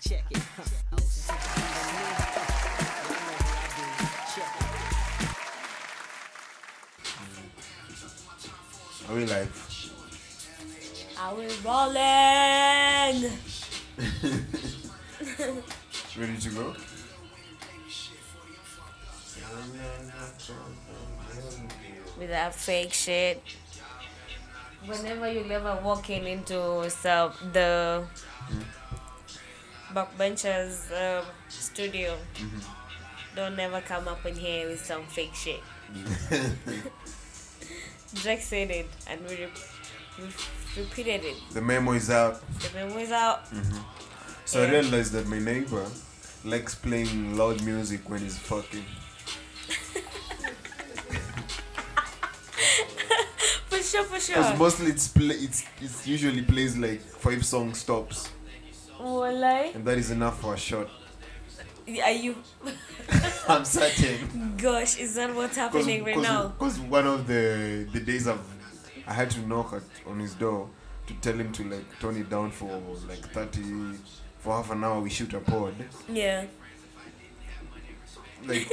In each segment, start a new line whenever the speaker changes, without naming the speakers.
Check it.
Are we live?
Are we rolling?
Ready to go?
With that fake shit. Whenever you ever walking into some, the backbenchers um, studio, don't never come up in here with some fake shit. Drake said it, and we, re- we f- repeated it.
The memo is out.
The memo is out.
So I
Yeah.
realized that my neighbor likes playing loud music when he's fucking.
For sure, for sure.
Because mostly it's play, it's it's usually plays like five song stops,
Walai,
and that is enough for a shot.
are you?
I'm certain.
Gosh, is that what's
Because
happening right now?
one of the the days I've I had to knock at, on his door to tell him to like tone it down for like thirty for half an hour. We shoot a pod.
Yeah.
Like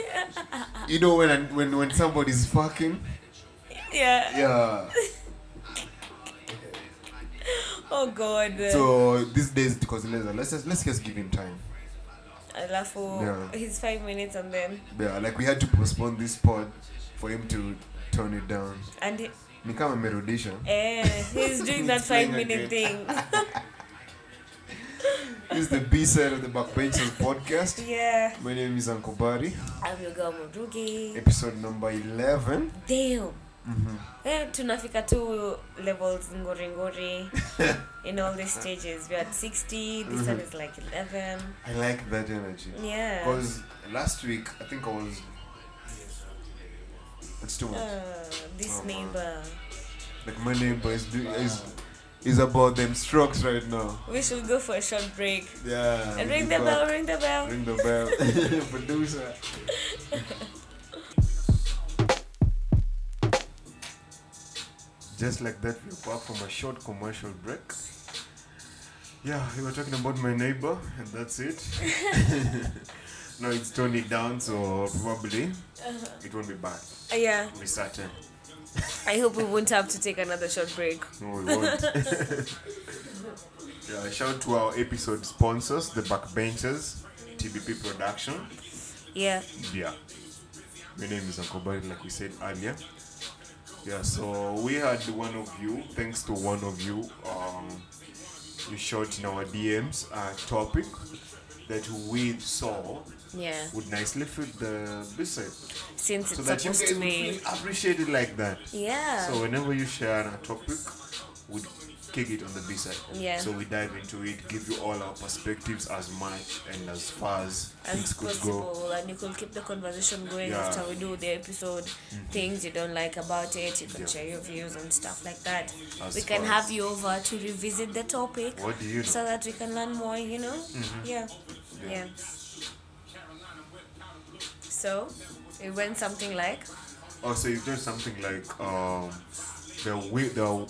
you know when I, when when somebody's fucking
Yeah.
yeah.
Oh God.
So these days because let's let's just, let's just give him time.
Alafu
Yeah.
he's five minutes and then
Yeah, like we had to postpone this pod for him to tone it down.
and he,
Ni kama amerudisha.
eh, he's doing that
He's
five
playing
minute thing.
This is the B side of the Backbenchers podcast.
Yeah.
My name is Uncle Barry.
I'm your girl Mudrugi.
Episode number Mm-hmm. 11.
Damn. Eh, tunafika two levels ngori ngori in all these stages. We're at 60,
Mm-hmm.
this one is like 11.
I like that energy.
Yeah.
Because last week, I think I was. It's too much.
Uh, this
Oh, man.
neighbor.
Like my neighbor is, do, is is about them strokes right now.
We should go for a short break.
Yeah.
And
we'll
ring
be
the bell,
back.
ring the bell.
Ring the bell. Producer. Just like that, we're back from a short commercial break. Yeah, we were talking about my neighbor, and that's it. no, it's toned it down, so probably it won't be bad.
Uh, Uh-huh. yeah.
We're certain.
I hope we won't have to take another short break.
No, we won't. yeah, shout to our episode sponsors, the Backbenchers, TBP Production.
Yeah.
Yeah. My name is Uncle Barry, like we said earlier. Yeah, so we had one of you, thanks to one of you, um, you shot in our DMs a topic that we saw
Yeah.
would nicely fit the business.
Since
So
it's
that you
supposed
guys
to
would
be.
feel appreciated like that.
Yeah.
So whenever you share a topic, we kick it on the B side.
Yeah.
So we dive into it, give you all our perspectives as much and as far as,
as
things could go.
possible, and you could keep the conversation going
Yeah. Mm-hmm.
after we do the episode. Things you don't like about it, you can
Yeah.
share your views and stuff like that.
As
we can
far
have
as-
you over to revisit the topic
What do you know?
so that we can learn more, you know? Yeah. yeah.
Yeah.
So, it went something like
Oh, so you did something like um, the we the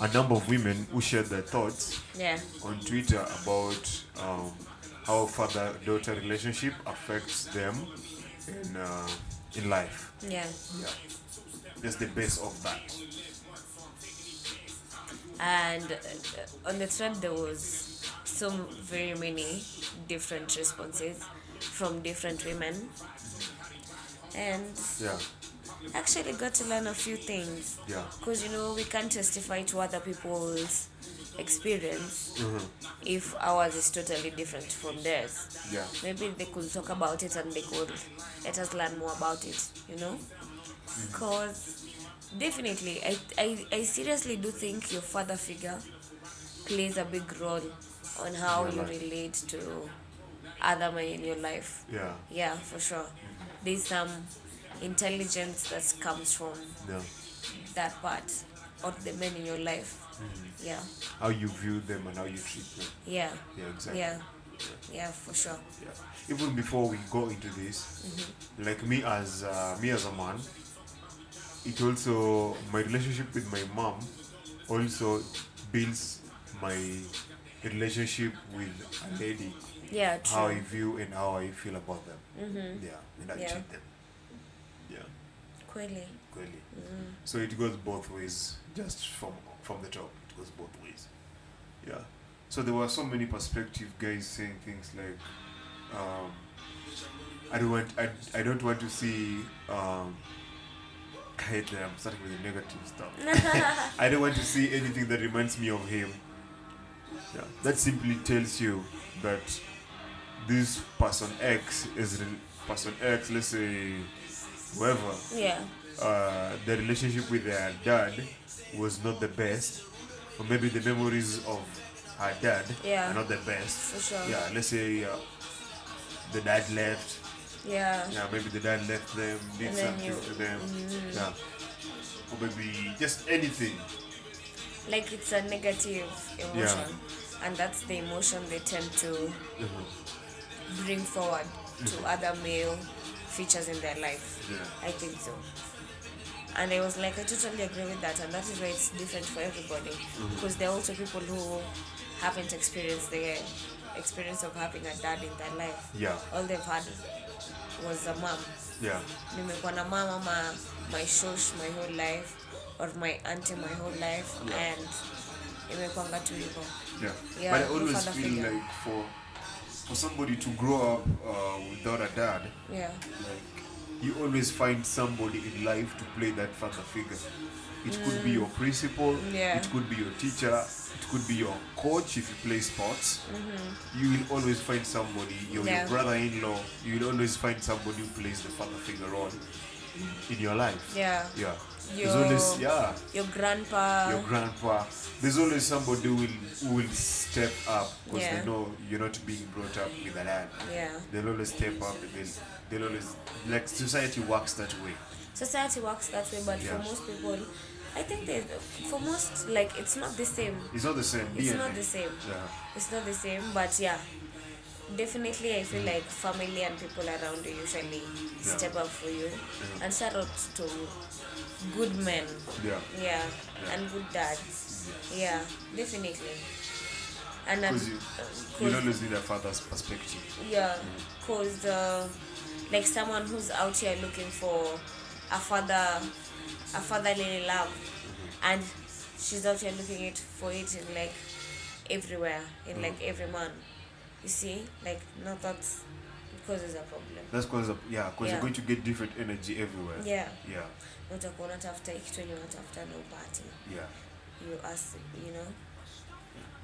a number of women who shared their thoughts
Yeah.
on Twitter about um, how father-daughter relationship affects them in uh, in life.
Yeah.
Yeah, that's the base of that.
and uh, on the thread there was some very many different responses from different women and
Yeah,
actually got to learn a few things
yeah,
because you know we can't testify to other people's experience if ours is totally different from theirs
yeah.
maybe they could talk about it and they could let us learn more about it you know because definitely I, I i seriously do think your father figure plays a big role on how
Your
you
life.
relate to other men in your life
Yeah,
yeah for sure there's some intelligence that comes from
yeah.
that part of the men in your life
Mm-hmm.
yeah
How you view them and how you treat them.
yeah
Yeah, exactly.
yeah yeah for sure
Yeah. Even before we go into this,
Mm-hmm.
like me as uh, me as a man, it also my relationship with my mom also builds my a relationship with a lady,
Yeah,
how
true.
I view and how I feel about them.
Mm-hmm.
Yeah, and I
Yeah.
treat them. Yeah,
Kweli.
clearly.
Mm.
So it goes both ways, just from from the top. It goes both ways. Yeah. So there were so many perspective guys saying things like, um, "I don't want, I, I don't want to see." Um, I hate that I'm starting with the negative stuff. I don't want to see anything that reminds me of him. Yeah. That simply tells you that this person X is re- person X. Let's say whoever
Yeah.
uh, the relationship with her dad was not the best, or maybe the memories of her dad
Yeah.
are not the best.
For sure.
Yeah, let's say uh, the dad left.
Yeah.
Yeah, maybe the dad left them, did
And then
something
you-
to them.
Mhm.
Yeah, or maybe just anything.
Like it's a negative emotion, and that's the emotion they tend to bring forward
Mm.
to other male features in their life.
Yeah.
I think so. And I was like, I totally agree with that, and that is why it's different for everybody,
Mm-hmm.
because there are also people who haven't experienced the experience of having a dad in their life.
Yeah,
All they've had was a mom.
yeah,
nimekuwa na mama ma, my shosh my whole life or my auntie my whole life
Yeah.
and imekwanga tu hivo
yeah.
Yeah,
but I
no
always
father
feel
figure.
like for for somebody to grow up uh, without a dad,
yeah
like you always find somebody in life to play that father figure it could be your principal
Mm. Yeah.
it could be your teacher it could be your coach if you play sports you will always find somebody your,
Mm-hmm. Yeah.
your brother-in-law you will always find somebody who plays the father figure role in your life
yeah
yeah there's
Your-
always yeah
your grandpa
your grandpa there's always somebody who will, who will step up because
Yeah.
they know you're not being brought up with a dad
yeah
they'll always step up and they'll, they'll always like society works that way
society works that way but for
Yeah.
most people i think they for most like it's not the same
it's not the same
it's
DNA.
not the same
yeah
it's not the same but yeah definitely i feel like family and people around you usually
Yeah.
step up for you and shout out to good men
yeah
Yeah,
Yeah.
and good dads. Yeah, definitely. And uh, I'm,
because you, you always need a father's perspective
yeah, cause uh, like someone who's out here looking for a father, a fatherly love,
Mm-hmm.
and she's out here looking it for it in like everywhere, in like
Mm-hmm.
every man. You see, like not that it causes a problem.
that's because yeah because
Yeah.
you're going to get different energy everywhere
Yeah,
yeah
utakuwa unatafuta hiki kitu yenye unatafuta na upati.
yeah
You ask, you know.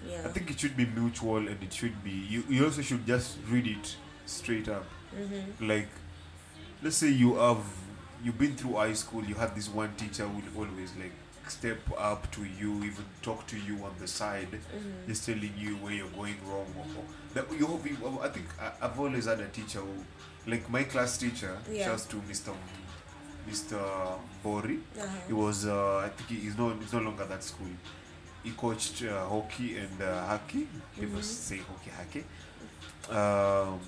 i
Yeah.
think it should be mutual and it should be you, you also should just read it straight up
Mhm.
like let's say you have you've been through high school you had this one teacher who will always like step up to you even talk to you on the side
Mhm.
just telling you where you're going wrong or, or that you hope you, i think I, i've always had a teacher who like my class teacher
Yeah.
shouts to mr M- mr bori he
Uh-huh.
was uh, i think he- he's no he's no longer that school he coached uh, hockey and uh, hockey people
Mhm.
say hockey hockey um,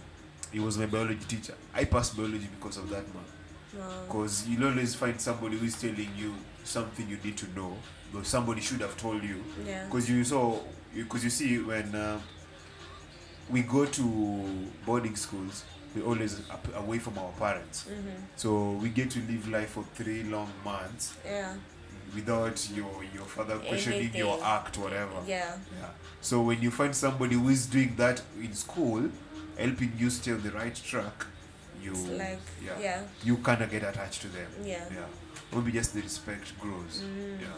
he was my biology teacher i passed biology because of that man
Wow.
because you'll always find somebody who is telling you something you need to know but somebody should have told you
Yeah.
because you saw because you see when uh, we go to boarding schools we always up, away from our parents
Mm-hmm.
so we get to live life for three long months
Yeah.
without your your father questioning your
Anything.
act whatever
Yeah.
yeah. So when you find somebody who is doing that in school, helping you stay on the right track, you
It's like yeah.
yeah. you kinda get attached to them.
Yeah.
Yeah. Maybe just the respect grows.
Mm.
Yeah.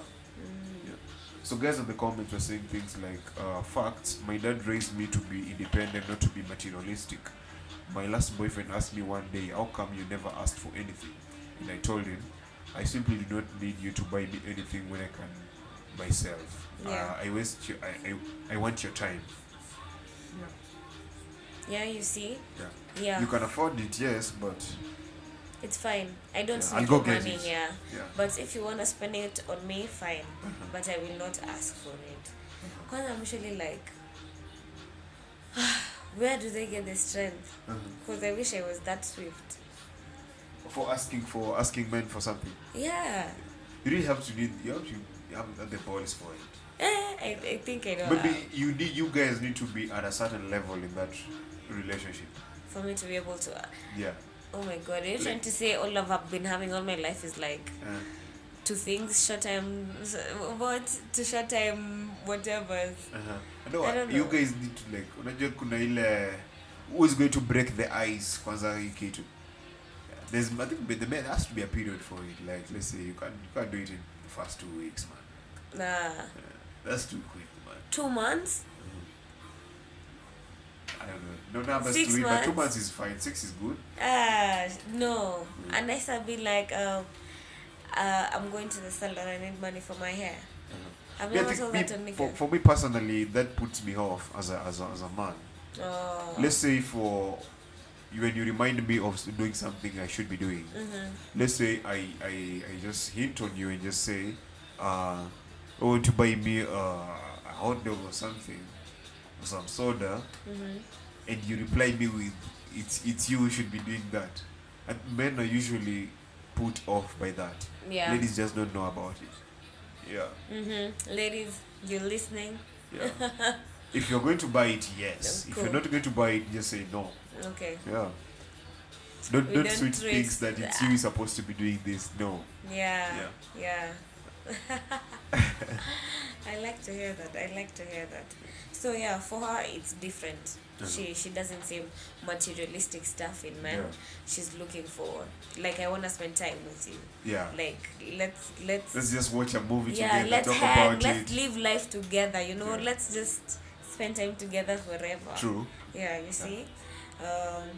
Mm.
So guys in the comments were saying things like, uh, facts, my dad raised me to be independent, not to be materialistic. My last boyfriend asked me one day, how come you never asked for anything? And I told him, I simply do not need you to buy me anything when I can myself.
Yeah.
Uh, I waste your, I, I, I want your time.
Yeah, you see?
Yeah.
Yeah.
You can afford it, yes, but
it's fine. I don't
Yeah,
need
I'll go
your
get
money
it.
yeah.
yeah. Uh-huh.
But if you wanna spend it on me, fine. But I will not ask for it. Cause I'm usually like where do they get the strength?
Uh-huh.
Because I wish I was that swift.
For asking for asking men for something,
Yeah.
you really have to need. You have to have the balls for it.
Eh, I, I think I know.
Maybe
how.
you need you guys need to be at a certain level in that relationship.
uh, For me to be able to.
Yeah.
Oh my god, are you trying to say all of I've been having all my life is like
Uh,
two things short time, s- what? To short time, whatever.
uh-huh. no,
I don't
you
know.
guys need to like unajua kuna ile who is going to break the ice kwanza hii kitu there's I think the man has to be a period for it like let's say you can't you can't do it in the first two weeks man
Nah.
that's too quick man
Two months?
I don't know no numbers
Six
to it but two
months.
months is fine six is good
Ah, no. Unless I'll be like, um, uh, I'm going to the salon, I need money for my hair. I've
Yeah, I
never
think
told
me-
that to
for,
Nick.
for me personally that puts me off as a, as a, as a man
Oh.
let's say for you when you remind me of s- doing something I should be doing.
Mm-hmm,
Let's say I, I, I just hint on you and just say, uh, I want to buy me a, a hot dog or something, or some soda,
mm-hmm.
and you reply me with, it's, it's you who should be doing that. And men are usually put off by that.
Yeah.
Ladies just don't know about it. Yeah.
Mm-hmm. Ladies, you're listening.
Yeah. if you're going to buy it, yes.
Of
If you're not going to buy it, just say no.
Okay.
Yeah. Don't,
We
don't,
don't
switch things
twist
that it's
the-
you supposed to be doing this. No.
Yeah. Yeah. I like to hear that. I like to hear that. So yeah, for her it's different. She she doesn't see materialistic stuff in men.
Mm-hmm. Yeah.
She's looking for like I wanna spend time with you.
Yeah.
Like let's let's
Let's just watch a movie
yeah
together,
let's
talk
hang,
about
let's
it.
live life together. You know,
Yeah.
let's just spend time together forever.
True.
Yeah, you see. Um,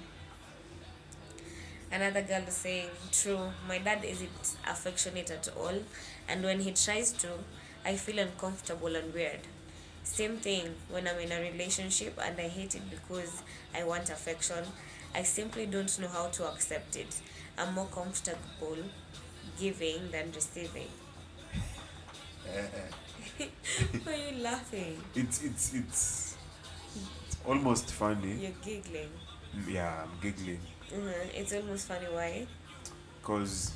another girl is saying, True, my dad isn't affectionate at all, and when he tries to, I feel uncomfortable and weird. Same thing when I'm in a relationship and I hate it because I want affection. I simply don't know how to accept it. I'm more comfortable giving than receiving. Why are you laughing?
Uh, It's it's it's it's almost funny.
You're giggling.
Yeah, yeah I'm giggling
Mhm, It's almost funny why.
because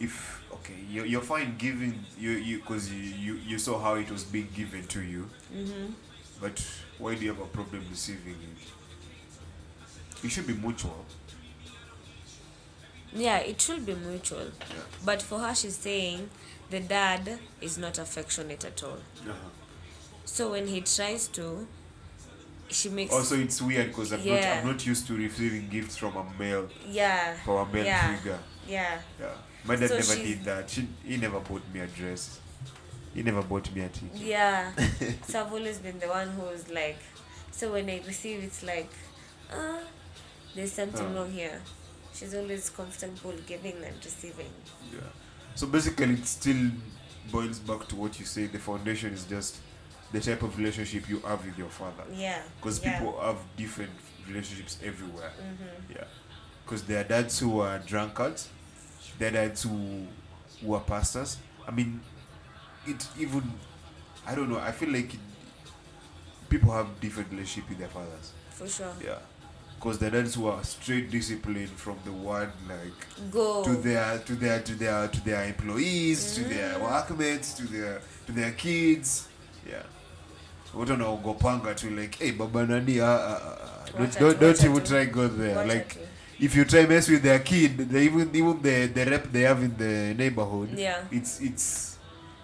if okay, you're, you're fine giving you you because you, you you saw how it was being given to you,
Mm-hmm.
but why do you have a problem receiving it? It should be mutual.
Yeah, it should be mutual.
Yeah.
But for her, she's saying the dad is not affectionate at all.
Uh-huh.
So when he tries to, she makes.
Also, Oh, it's weird because I'm not
Yeah.
I'm not used to receiving gifts from a male
yeah.
from a male
yeah,
figure.
Yeah.
Yeah, my dad
So
never
she's-
did that. She, he never bought me a dress. He never bought me a ticket.
Yeah. so I've always been the one who's like. So when I receive, it's like, ah, there's something
Uh.
wrong here. She's always comfortable giving and receiving.
Yeah. So basically, it still boils back to what you say. The foundation is just the type of relationship you have with your father.
Yeah.
Because
yeah. Mm-hmm,
people have different relationships everywhere. Yeah. Because there are dads who are drunkards, there are dads who, who are pastors. I mean, it even, I don't know, I feel like it, people have different relationship with their fathers.
For sure.
Yeah. Because there are dads who are straight disciplined from the word, like,
Go.
to their to their to their to their employees to
Mm.
their workmates to their to their kids yeah what on ogopanga to like hey baba nani ah, ah, ah, ah. don't
Watch
don't,
out,
don't
watch
even
out.
try go there
Watch
like
out.
if you try mess with their kid they even even the the rep they have in the neighborhood
Yeah.
it's it's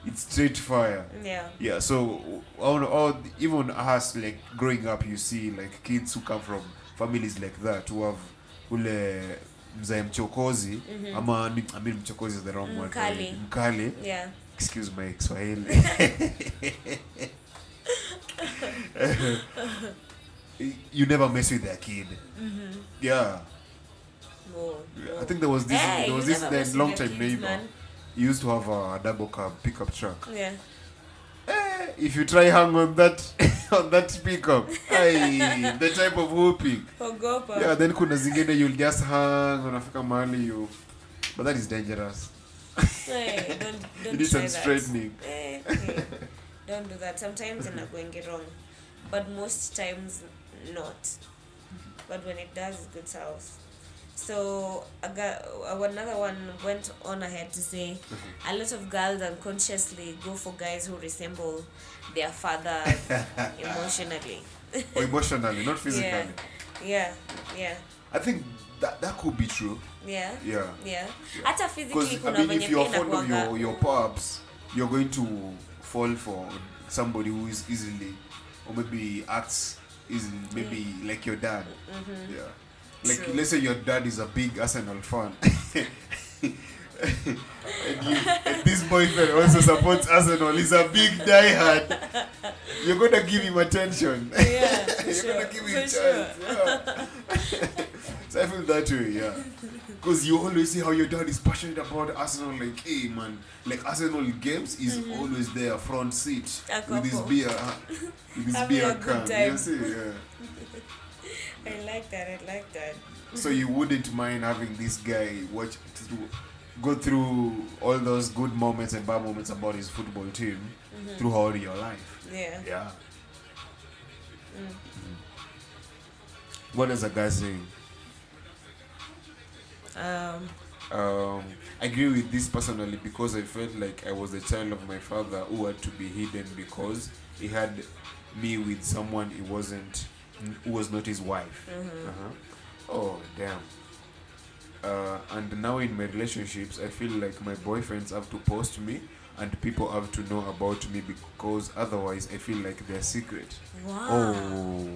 it's straight fire
Yeah.
yeah so all, all even us like growing up you see like kids who come from families like that who have ule mzae mchokozi
Mhm.
ama ni- I mean mchokozi is the wrong word
Mkali.
really. mkali
Yeah.
excuse my kiswahili you never mess with their kid
Mm-hmm.
yeah
More. more.
i think there was this
Hey,
there was
you
this
never
the
mess with
long
your
time
kids,
neighbor
man.
he used to have a double cab pickup truck
Yeah.
Eh, if you try hang on that on that pickup ay, the type of whooping
Ogopa.
yeah then kuna zingine you'll just hang unafika mahali you but that is dangerous
Hey, don't
you
don't
need
try
some
that.
straightening
Eh, eh. don't do that. Sometimes it's not going wrong, but most times not. But when it does, it goes south. So a gu- uh, another one went on ahead to say, a lot of girls unconsciously go for guys who resemble their father emotionally.
or emotionally, not physically.
yeah, yeah, yeah,
I think that that could be true.
yeah,
Yeah.
yeah. Hata physically
Because I
kuna
mean,
venye
if
pia
you're fond of
inakuanga-
your your power ups, you're going to fall for somebody who is easily, or maybe acts easily, maybe like your dad.
Mm-hmm.
Yeah. Like
Mm. True.
let's say your dad is a big Arsenal fan. and, you, and this boyfriend also supports Arsenal. He's a big diehard. You're gonna give him attention.
Yeah, for
You're
sure.
gonna give him
For
chance.
sure.
Yeah. so I feel that way, yeah. Because you always see how your dad is passionate about Arsenal. Like, hey man, like Arsenal games is
Mm-hmm.
always there, front seat
A
with his
couple.
beer, huh? with his
Having a
beer
good
can.
time.
You see, yeah.
I like that. I like that.
So you wouldn't mind having this guy watch through, go through all those good moments and bad moments about his football team
Mm-hmm.
throughout your life.
Yeah. Mm.
Yeah. What is a guy saying?
Um.
Um, I agree with this personally because I felt like I was a child of my father who had to be hidden because he had me with someone he wasn't, who was not his wife.
mm-hmm.
Uh-huh. Oh damn. Uh, and now in my relationships, I feel like my boyfriends have to post me, and people have to know about me because otherwise, I feel like they're secret.
Wow.
Oh,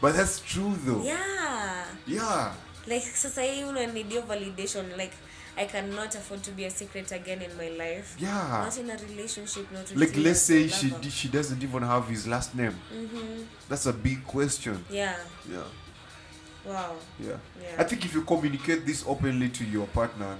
but that's true though.
Ah. Yeah.
Yeah.
Like sasa hii unanidio validation like I cannot afford to be a secret again in my life.
Yeah.
Not in a relationship, not with
like
you
let's
as
say
a
she
lover.
d- she doesn't even have his last name that's a big question
Yeah.
yeah
Wow.
yeah
Yeah.
i think if you communicate this openly to your partner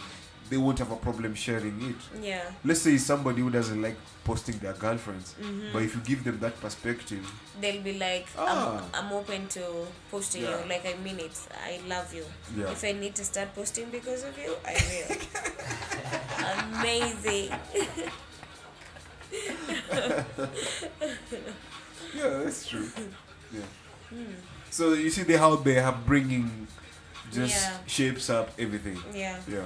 they won't have a problem sharing it
Yeah.
let's say it's somebody who doesn't like posting their girlfriends but if you give them that perspective
They'll be like,
Ah.
I'm, I'm open to posting
Yeah.
you. Like I mean it. I love you.
Yeah.
If I need to start posting because of you, I will. Amazing.
yeah that's true yeah
Hmm,
so you see the, how they are bringing just
Yeah.
shapes up everything
Yeah.
Yeah.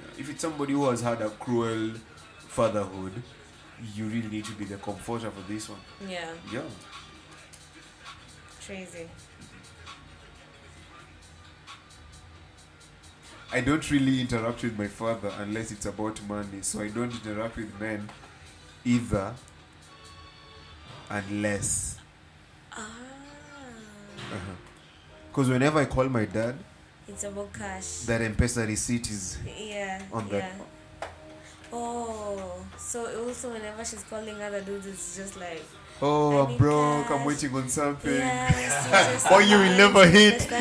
Yeah, If it's somebody who has had a cruel fatherhood, you really need to be the comforter for this one.
Yeah.
Yeah.
Crazy.
I don't really interact with my father unless it's about money, so I don't interact with men either unless.
Ah.
Because whenever I call my dad,
It's about cash.
that M-Pesa receipt is
yeah.
on
yeah.
that.
Oh, so also whenever she's calling other dudes, it's just like,
Oh,
I
I'm
need
broke. I'm
cash.
waiting on something.
yes,
Or you will never hit.
hit.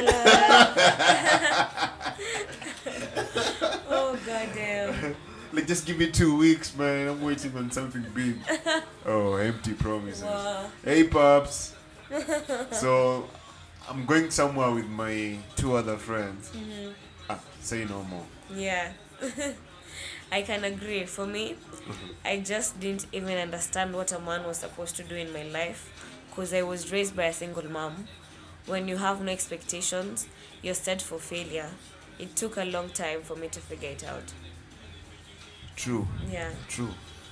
oh goddamn!
Like, just give me two weeks, man. I'm waiting on something big. oh, empty promises.
Wow.
Hey, pops. so, I'm going somewhere with my two other friends.
Mm-hmm.
Ah, say no more.
Yeah, I can agree. For me, I just didn't even understand what a man was supposed to do in my life, cause I was raised by a single mom. When you have no expectations, you're set for failure. It took a long time for me to figure it out.
True.
Yeah.
True.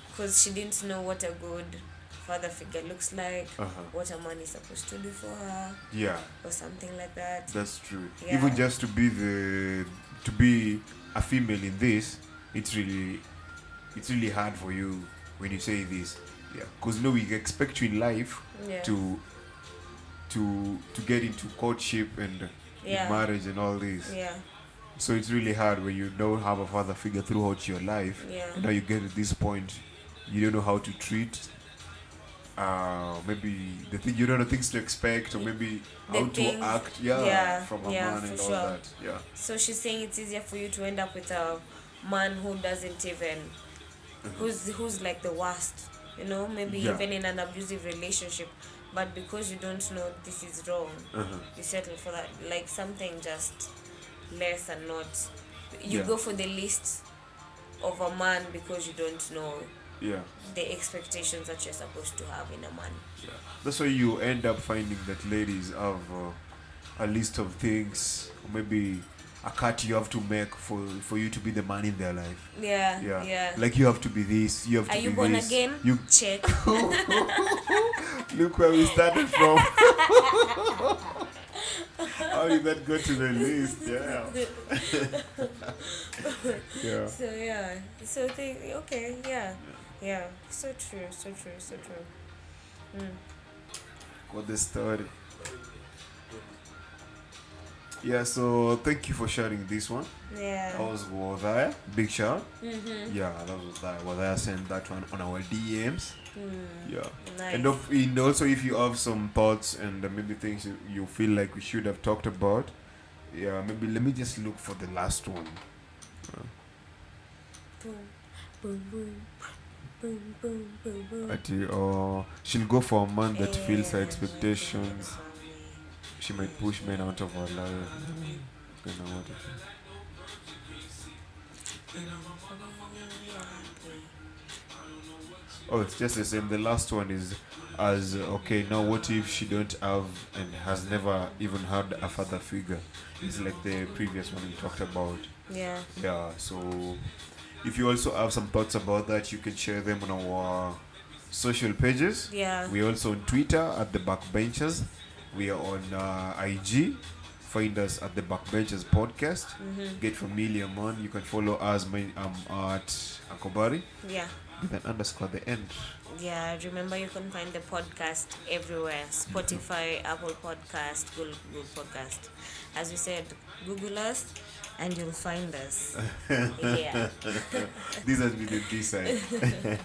because she didn't know what a good father figure looks like,
Uh-huh.
what a man is supposed to do for her,
Yeah,
or something like that.
that's true.
Yeah.
Even just to be the to be a female in this, it's really it's really hard for you when you say this. Yeah, because you know we expect you in life
Yeah.
to to to get into courtship and
Yeah.
marriage and all this.
Yeah,
So it's really hard when you don't have a father figure throughout your life.
Yeah.
And now you get to this point, you don't know how to treat. Uh, maybe the thing you don't know things to expect, or maybe
The
how
things-
to act. Yeah,
yeah,
from a
yeah,
man
for
and all
sure.
that. Yeah. Uh-huh.
so she's saying it's easier for you to end up with a man who doesn't even, who's who's like the worst, you know, maybe
Yeah.
even in an abusive relationship, but because you don't know this is wrong,
Uh-huh.
you settle for that, like something just less and not, you
Yeah.
go for the least of a man because you don't know
Yeah.
the expectations that you're supposed to have in a man.
That's why you end up finding that ladies have uh, a list of things, or maybe a cut you have to make for for you to be the man in their life.
yeah
Yeah.
yeah,
Like you have to be this. You have to
are
be
you born
this.
again
You
check
look where we started from. How did that go to the list? Yeah. yeah.
so yeah so they okay yeah yeah so true so true so true mm.
What the story? Yeah, so thank you for sharing this one. That
yeah
was Wadhaya. Big shout.
mm-hmm.
Yeah, that was Wadhaya. Wadhaya sent that one on our DMs.
mm.
Yeah.
nice
And, of, and also, if you have some thoughts and uh, maybe things you, you feel like we should have talked about, yeah, maybe let me just look for the last one.
boom boom boom boom boom boom boom
At you, or she'll go for a man that fills her
Eh,
expectations. She might push men out of her life. You know what it is. Oh, it's just the same. The last one is as okay. Now, what if she don't have and has never even had a father figure? It's like the previous one we talked about.
yeah
Yeah. So, if you also have some thoughts about that, you can share them on our social pages.
yeah
We are also on Twitter at the Backbenchers. We are on uh, IG. Find us at the Backbenchers Podcast.
mm-hmm.
Get familiar, man. You can follow us. My, um, at Akobari
yeah
with an underscore at the end.
Yeah, remember you can find the podcast everywhere Spotify, Apple Podcast, Google, Google Podcast. As we said, Google us and you'll find us. yeah.
This has been the B side.